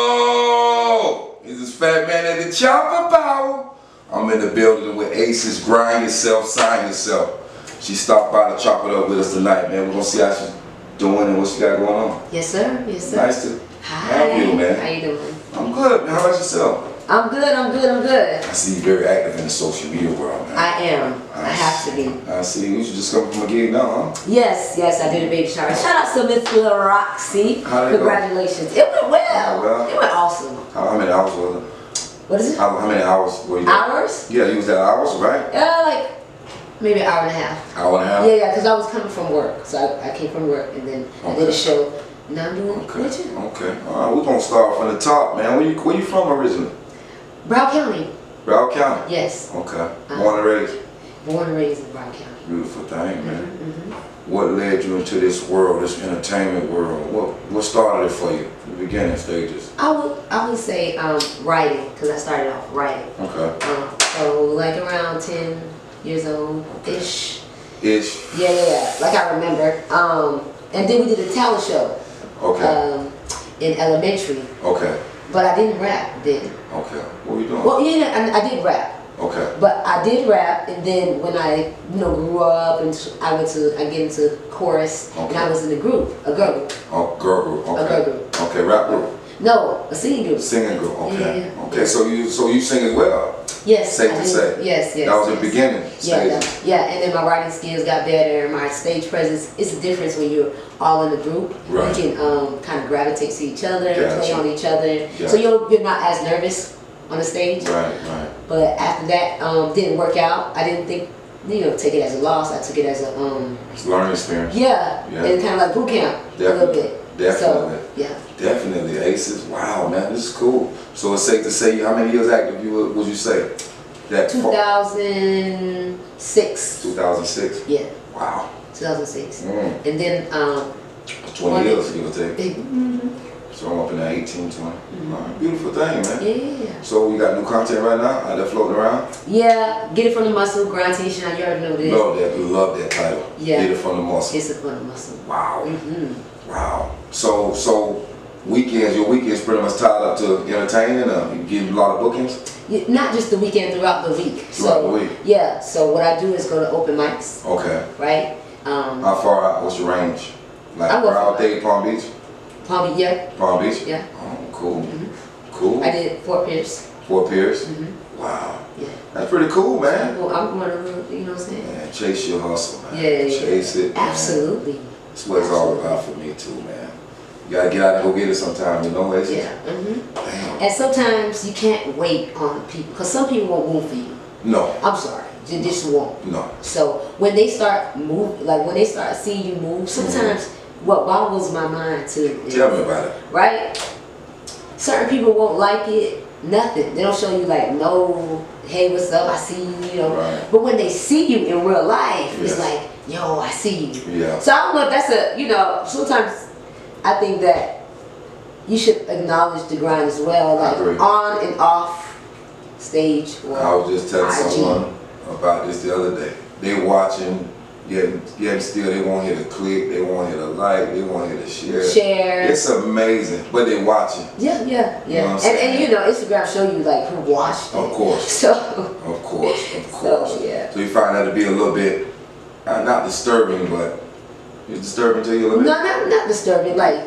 Yo! This is Fat Man at the Chopper Power. I'm in the building with Aces. Grind yourself, sign yourself. She stopped by to chop it up with us tonight, man. We're gonna see how she's doing and what she got going on. Yes, sir. Yes, sir. Nice to Hi. have you, How man. you doing? I'm good, man. How about yourself? I'm good. I'm good. I'm good. I see you very active in the social media world, man. I am. I have to be. I see. You should just come from a gig now, huh? Yes, yes. I did a baby shower. Shout out to Miss Lil Roxy. How'd it go? Congratulations. It went well. Went well? It went awesome. How, how many hours was it? What is it? How, how many hours were you? there? Hours? Yeah, you was at hours, right? Yeah, like maybe an hour and a half. Hour and a half. Yeah, yeah. Because I was coming from work, so I, I came from work and then I did Okay. a show. Now I'm doing Okay. okay. Okay. All right. We're gonna start from the top, man. Where you Where you from originally? Broward County. Broward County. Yes. Okay. Uh, Born and raised. Born and raised in Broward County. Beautiful mm-hmm, thing, man. What led you into this world, this entertainment world? What What started it for you? From the beginning stages. I would I would say um, writing because I started off writing. Okay. Um, so like around 10 years old ish. Ish. Yeah, yeah, yeah. Like I remember. Um, and then we did a talent show Okay. um, in elementary, Okay. but I didn't rap then. Okay. What were you doing? Well, yeah, I, I did rap, Okay. but I did rap, and then when I you know grew up and I went to I get into chorus, and I Okay. was in a group, a girl group, Oh, girl group. Okay. girl group. Okay. Rap group. no, a singing group. Singing group. Okay. Yeah. Okay. So you So you sing as well. Yes, Safe I to did. say. Yes, yes. That was the yes. beginning Yeah, stages. yeah, yeah, and then my writing skills got better, and my stage presence. It's a difference when you're all in a group. Right. You can um, kind of gravitate to each other, play Gotcha. on each other. So Gotcha. you're, you're not as nervous on the stage. Right. Right. But after that um, didn't work out, I didn't think, you know, take it as a loss. I took it as a, um, It's learning experience. yeah, Yeah. and kind of like boot camp a little Definitely, bit. definitely. So, yeah. Definitely, Aces. Wow, man, this is cool. So it's safe to say, how many years active you were- would you say? That far- 2006. 2006. Yeah, Wow, 2006. Mm. And then, um, 20 years give or take. it- So I'm up in that 18, 20. All right, beautiful thing, man. Mm-hmm. yeah. So we got new content right now out there floating around. Yeah, get it from the muscle, grind to your shine. You already know this. Love that, love that title. Yeah. Get it from the muscle. It's Mm. a fun muscle. Wow, Mm-hmm. wow. So, so weekends, your weekends pretty much tied up to entertaining. Uh, you get a lot of bookings. Y- Not just the weekend, throughout the week. Throughout so, the week. Yeah, so what I do is go to open mics, Okay. right? Um, How far out? What's your range? Like I go Broward, from- Dade, Palm Beach. Palm Beach, yeah, Palm Beach? Yeah. Mm-hmm. Oh, cool. Cool. I did Fort Pierce. Fort Pierce? Wow. Yeah. That's pretty cool, man. Well, I'm going to, you know what I'm saying? Man, chase your hustle, man. Yeah, yeah, yeah. Chase it. man. Absolutely. That's what it's all about for me, too, man. You gotta get out and go get it sometime, you know? It's Yeah. hmm Damn. And sometimes you can't wait on people because some people won't move for you. No, I'm sorry, they just won't. no. So when they start move, like when they start seeing you move, sometimes what boggles my mind too is Tell me about it. right? Certain people won't like it, nothing. They don't show you like no, hey, what's up? I see you, you know. Right. But when they see you in real life, Yes. it's like, yo, I see you. Yeah. So I don't know if that's a you know, sometimes I think that you should acknowledge the grind as well, I agree. like on and off stage or I was just telling IG. someone about this the other day. They watching, yet, yet still they won't hit a click, they won't hit a like, they won't hit a share. share. It's amazing, but they watching, Yeah, yeah, You know what yeah. I'm and, saying? and you know, Instagram show you like who watched it. of course. So Of course, of So, course. yeah. So you find that to be a little bit uh, not disturbing, but it's disturbing to you a no, little bit. not not disturbing. Like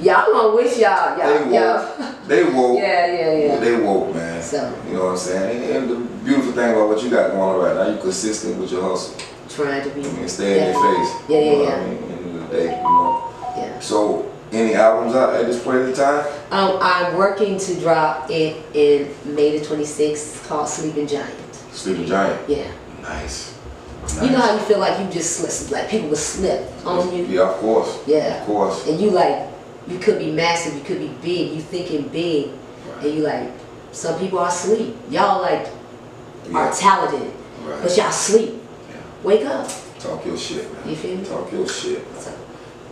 y'all gonna wish y'all They y'all woke. y'all. They woke. Yeah, yeah, yeah. They woke, man. So. You know what I'm saying? And, and the beautiful thing about what you got going on right now, you consistent with your hustle. Trying to be. I mean, stay in your face. Yeah, you yeah, know yeah. What I mean, At the end of the day, you know. Yeah. So, any albums out at this point in time? Um, I'm working to drop it in May the 26th called Sleeping Giant. Sleeping Giant. Yeah. Nice. You know Nice. how you feel like you just slip, like people will slip on you. Yeah, of course. Yeah. Of course. and you like you could be massive, you could be big, you thinking big, and you like some people are asleep. Y'all like Yeah. are talented, Right. but y'all sleep. Yeah. Wake up. Talk your shit, man. You feel me? Talk your shit. man. So,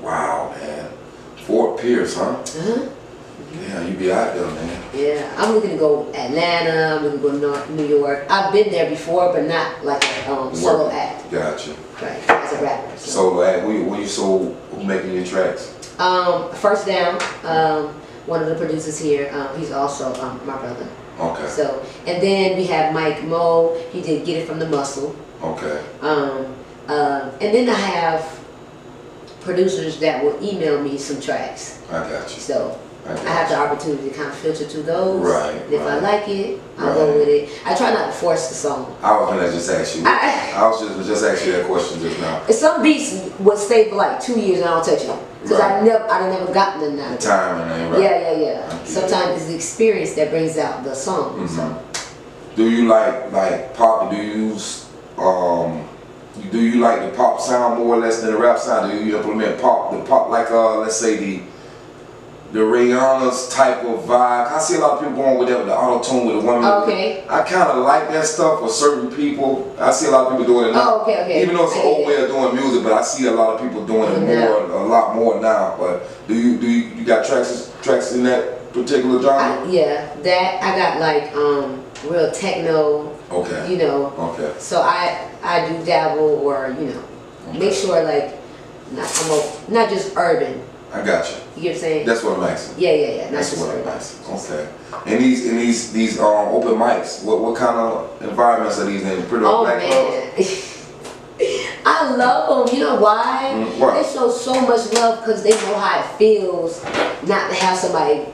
Wow, man. Fort Pierce, huh? uh-huh. Yeah, you be out there, man. Yeah, I'm looking to go Atlanta. I'm looking to go Nor- New York. I've been there before, but not like a um, solo Working. act, Gotcha. right? As a rapper. So, Solo act. Who, you- who you sold? Who making your tracks? Um, first down. Um, one of the producers here. Um, he's also um, my brother. Okay. So, and then we have Mike Moe. He did Get It From the Muscle. Okay. Um, uh, and then I have producers that will email me some tracks. I got you. So I I got have the opportunity to kind of filter through those. Right, And if I right. like it, I'll go Right. with it. I try not to force the song. you. I was gonna just ask you. I- I was just just ask you that question just now. Some beats would stay for like two years and I don't touch them. Because I Right. never, I never gotten them now. The timing ain't right. Yeah, yeah, I yeah. get it. Sometimes it's the experience that brings out the song. So. Mhm. Do you like like pop? Do you s- um? you- Do you like the pop sound more or less than the rap sound? Do you implement pop the pop like uh let's say the the Rihanna's type of vibe? I see a lot of people going with that with the auto tune with the woman. Okay. I kind of like that stuff for certain people. I see a lot of people doing it now. Oh, okay, okay. Even though it's I an get old it. way of doing music, but I see a lot of people doing it Doing it more, a lot more now. But do you do you, you got tracks tracks in that particular genre? I, yeah, that I got like um real techno, okay. you know. Okay. So I I do dabble or you know make sure like not I'm a- not just urban. I got you. You get what I'm saying? That's what I'm asking. yeah, yeah, yeah. Not That's just what I'm urban. asking. Okay. And these and these these um open mics, what what kind of environments are these in? Pretty much Oh black clubs? man. I love them. You know why? Mm, why? They show so much love because they know how it feels not to have somebody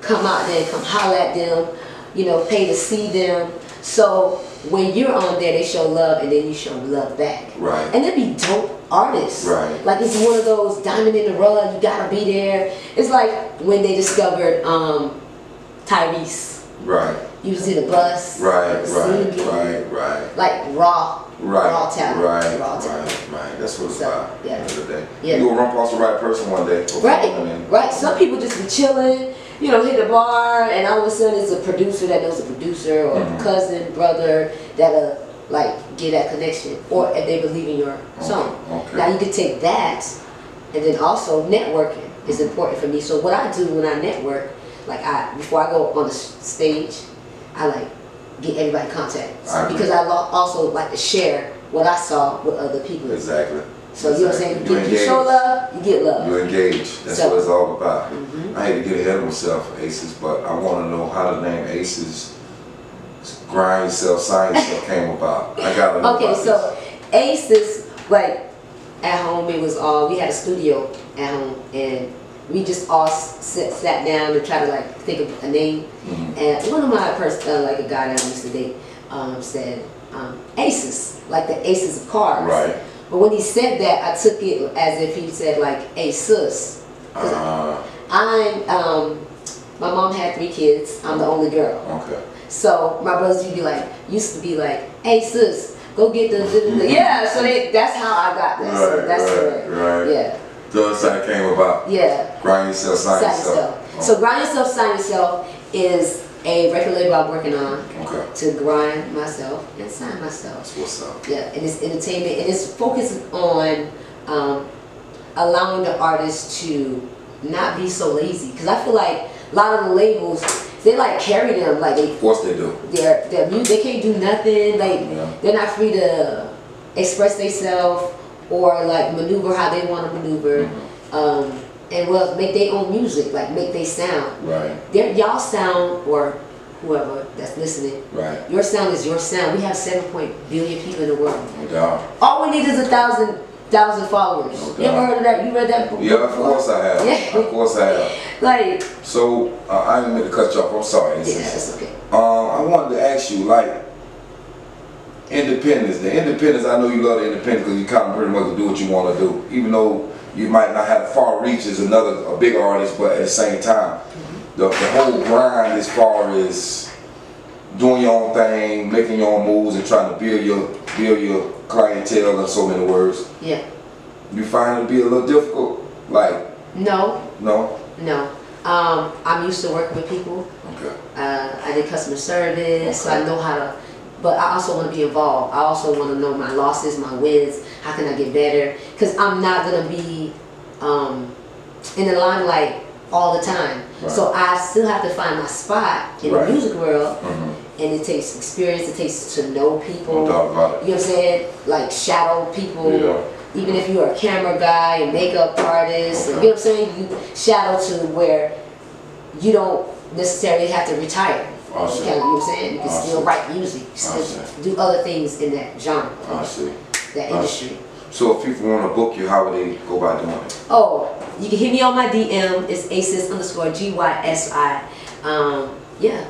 come out there and come holler at them, you know, pay to see them. So when you're on there, they show love and then you show love back. Right. And they be dope artists. Right. Like it's one of those diamond in the rough, you gotta be there. It's like when they discovered um, Tyrese. Right. You was in a bus. Right. Right. singing Right. Right. like raw, Right, raw talent, right, raw talent. right, right. That's what it's So, about. yeah. End of the day. Yeah. You will run across the right person one day. before you Right, win. right. Some people just be chilling, you know, hit a bar, and all of a sudden it's a producer that knows a producer or Mhm. a cousin, brother that'll like get that connection, or if they believe in your song. okay. Now you can take that, and then also networking is important for me. So what I do when I network, like I before I go on the s- stage, I like get everybody contacts I agree. because I lo- also like to share what I saw with other people. Exactly. So you know what I'm saying? Exactly. You, get, you show love, you get love. You engage. That's So- what it's all about. Mhm. I hate to get ahead of myself, Aces, but I want to know how the name Aces, grind yourself, sign yourself came about. I gotta know. Okay, about so Aces, like at home, it was all we had a studio at home, and we just all s- sat, sat down and tried to like think of a name. this. Mhm. And one of my person, uh, like a guy that I used to date, um, said um, Aces, like the Aces of Cards. Right. But when he said that, I took it as if he said like Aces. 'Cause Uh, I'm, um, my mom had three kids. I'm the only girl. okay. So my brothers used to be like, used to be like, hey sis, go get the, the, the- yeah. So they, that's how I got that. so Right, that's right, where- right. So that's how it came about. Yeah, yeah. Grind yourself, sign, Sign yourself. yourself. So grind yourself, sign yourself is a record label I'm working on okay. to grind myself and sign myself. That's what's up. Yeah, and it's entertainment and it's focused on um, allowing the artist to not be so lazy because I feel like a lot of the labels they like carry them like they Of course they do. their their mu they can't do nothing. Like Yeah. they're not free to express themselves or like maneuver how they want to maneuver. Mm-hmm. Um, and well, make their own music, like make they sound. Right, Their y'all sound or whoever that's listening. right. Your sound is your sound. We have seven point billion people in the world. No doubt. All we need is a thousand thousand followers. Okay. You ever heard of that? You read that book? Yeah, of course I have. Yeah. Of course I have. Like So uh, I didn't mean to cut you off. I'm sorry. This yeah, is- that's okay. um, I wanted to ask you like independence. The independence. I know you love the independence because you kind of pretty much do what you want to do, even though you might not have far reach as another a big artist, but at the same time, the, the whole grind as far as doing your own thing, making your own moves, and trying to build your build your clientele in so many words. Yeah. You find it to be a little difficult. Like No, no. no. Um, I'm used to working with people. Okay. uh, I did customer service, so Okay. I know how to. But I also want to be involved. I also want to know my losses, my wins. How can I get better? Because I'm not gonna be um, in the limelight all the time. So I still have to find my spot in Right. the music world, Mhm. and it takes experience. It takes to know people. No doubt about it. You know what I'm saying? Like shadow people. Yeah. even if you're a camera guy and makeup artist, and, you know what I'm saying? You shadow to where you don't necessarily have to retire. I see. You know what I'm saying? You can I still see. write music, you I still do other things in that genre, I see. that I industry. So if people want to book you, how would they go by doing it? Oh, you can hit me on my DM. It's aces underscore G-Y-S-I. Um, yeah,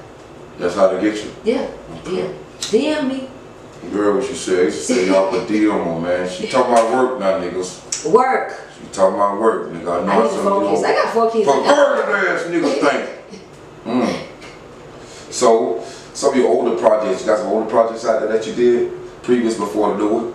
That's how to get you. yeah, yeah. DM me. Girl, what you say? She say y'all put D on her, man. She talking about work now, niggas. Work. She talking about work, nigga. I know I need to focus. I got four kids. Uh, For bird ass niggas think. Mm. So, some of your older projects, you got some older projects out there that you did previous before the new one?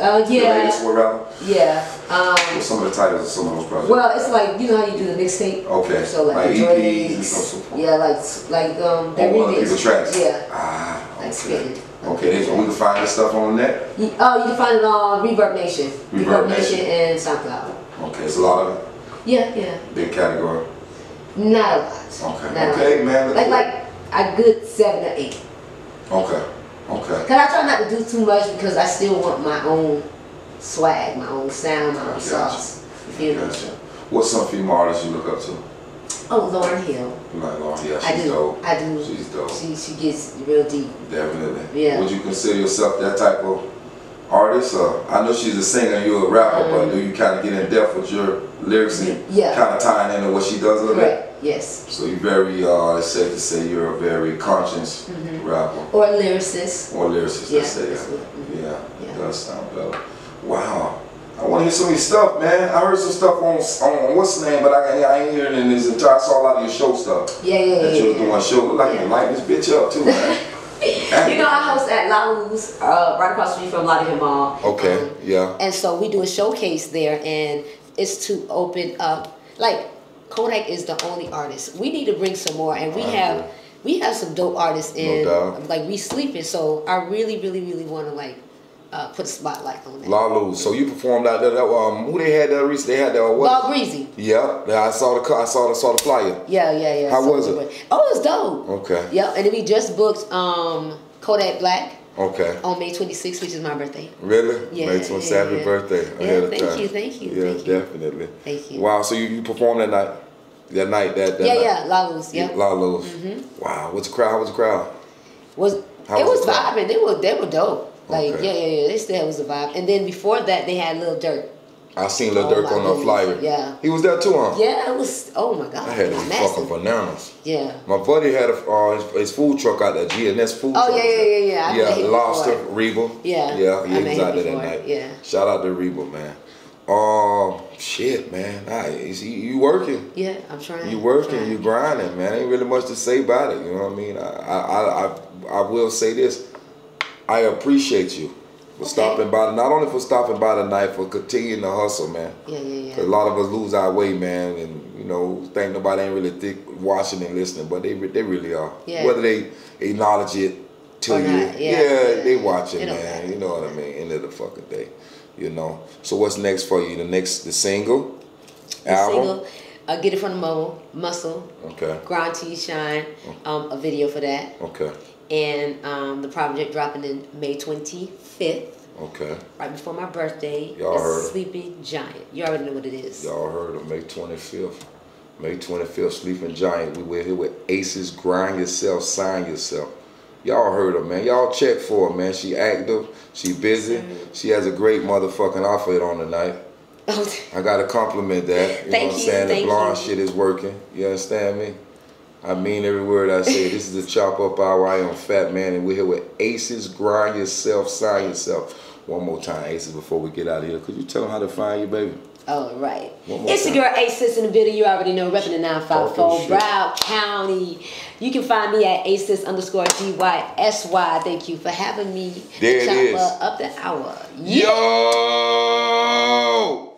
Uh, The latest yeah, one, rather? yeah. Um, What's some of the titles of some of those projects? well, it's like you know how you do the mixtape. okay. So like, the EPs E and Drakes, stuff. Yeah, like like um. the Oh, other remix. people's tracks? Yeah. Ah, Like okay. spitting. Okay, then so we can find this stuff on that. You- oh, you can find it on Reverb Nation. Reverb Nation. and SoundCloud. Okay, it's a lot of Yeah, yeah. it. Big category. Not a lot. Okay. Not a lot. Okay, man. Like like a good seven or eight. Okay. Okay. Cause I try not to do too much because I still want my own swag, my own sound, my own Gotcha. sauce. You know. Gotcha. What's some female artists you look up to? Oh, Lauren Hill. You like, oh yeah, I she's do. dope. I do. She's dope. She she gets real deep. Definitely. Yeah. Would you consider yourself that type of artist? Or I know she's a singer and you're a rapper, but do you kind of get in depth with your lyrics and Um, Yeah. kind of tying into what she does a little bit? Correct. Yes. So you're very, uh, it's safe to say you're a very conscious Mm-hmm. rapper Or lyricist. or lyricist, Yeah. let's say. that's that. what- mhm. Yeah, Yeah. it does sound better. Wow. I want to hear some of your stuff, man. I heard some stuff on, on what's the name, but I, I ain't hearing it in this entire, I saw a lot of your show stuff. Yeah, yeah, yeah. That you was yeah. doing show, like you light this bitch up too, man. You know, I host at Lalu's, uh, right across the street from Lottie Mall. Um, yeah. And so we do a showcase there, and it's to open up. Like Kodak is the only artist. We need to bring some more, and we I have agree. we have some dope artists in. doubt. like we sleeping, so I really, really, really want to like uh, put a spotlight on that. Lalu. So you performed out there. That, um, who they had there recently? They had that. uh, What? Bob Breezy. Yeah, yeah, I saw the. co- I saw the. Saw the flyer. Yeah, yeah, yeah. How So was we it? went- Oh, it's dope. Okay. Yep, and then we just booked um, Kodak Black Okay. on May 26th, which is my birthday. Really? Yeah, Makes one yeah, happy yeah. birthday. Yeah, ahead of thank time. you, thank you, Yeah, thank you. definitely. Thank you. Wow, so you, you performed that night? That night, that, that yeah, night. yeah, Mm-hmm. Lalu's. Yep. Lalo's. Wow, what's the crowd? What's the crowd? was How it was was the crowd? vibing. They were they were dope. Like Okay. yeah, yeah, yeah. They said it was a vibe. And then before that, they had Lil Durk. I seen Lil Oh, Durk my on goodness, the flyer. yeah. He was there too, huh? Yeah, it was. Oh my god, I had it was his massive. fucking bananas. Yeah. My buddy had a, uh, his, his food truck out there, GNS food Oh, truck. yeah, yeah, yeah, yeah. I've met Yeah, him Lobster, before. Reba. Yeah, Yeah, I he met was him out there that before, night. yeah. Shout out to Reba, man. Um, shit, man. Nah, is he, you working? Yeah, I'm trying. You I'm working, trying. you grinding, man. Ain't really much to say about it. You know what I mean? I I I, I, I will say this. I appreciate you for stopping by. Not only for stopping by tonight, for continuing to hustle, man. Yeah, yeah, A yeah. lot of us lose our way, man, and you know, think nobody ain't really thick watching and listening, but they re- they really are. Yeah. Whether they acknowledge it to Or you, not, yeah. they Yeah. watching, It don't man. matter. You know what I mean? End of the fucking day, you know. So what's next for you? The next the single, The album. single, uh, get it from the mobile muscle. Okay. Grind T Shine, um, a video for that, Okay. and um, the project dropping in May 25th, Okay. right before my birthday. Y'all It's heard it. Sleeping Giant. You already know what it is. Y'all heard of May 25th. May 25th, Sleeping Giant. We were here with Aces, Grind Yourself, Sign Yourself. Y'all heard her, man. Y'all check for her, man. She active. She busy. She has a great motherfucking outfit on tonight. Oh, I gotta compliment that. You know Thank what I'm you, saying? thank the blonde you. shit is working. You understand me? I mean every word I say. This is the chop up hour. I am Fat Man, and we're here with Aces. Grind yourself, sign yourself. One more time, Aces, before we get out of here. Could you tell them how to find you, baby? All Oh, right. One more It's your girl Aces in the building. You already know, repping the Talking 954 shit. Broward County. You can find me at Aces underscore GYSY. Thank you for having me. There it Chopper is. Up the hour. Yeah. Yo!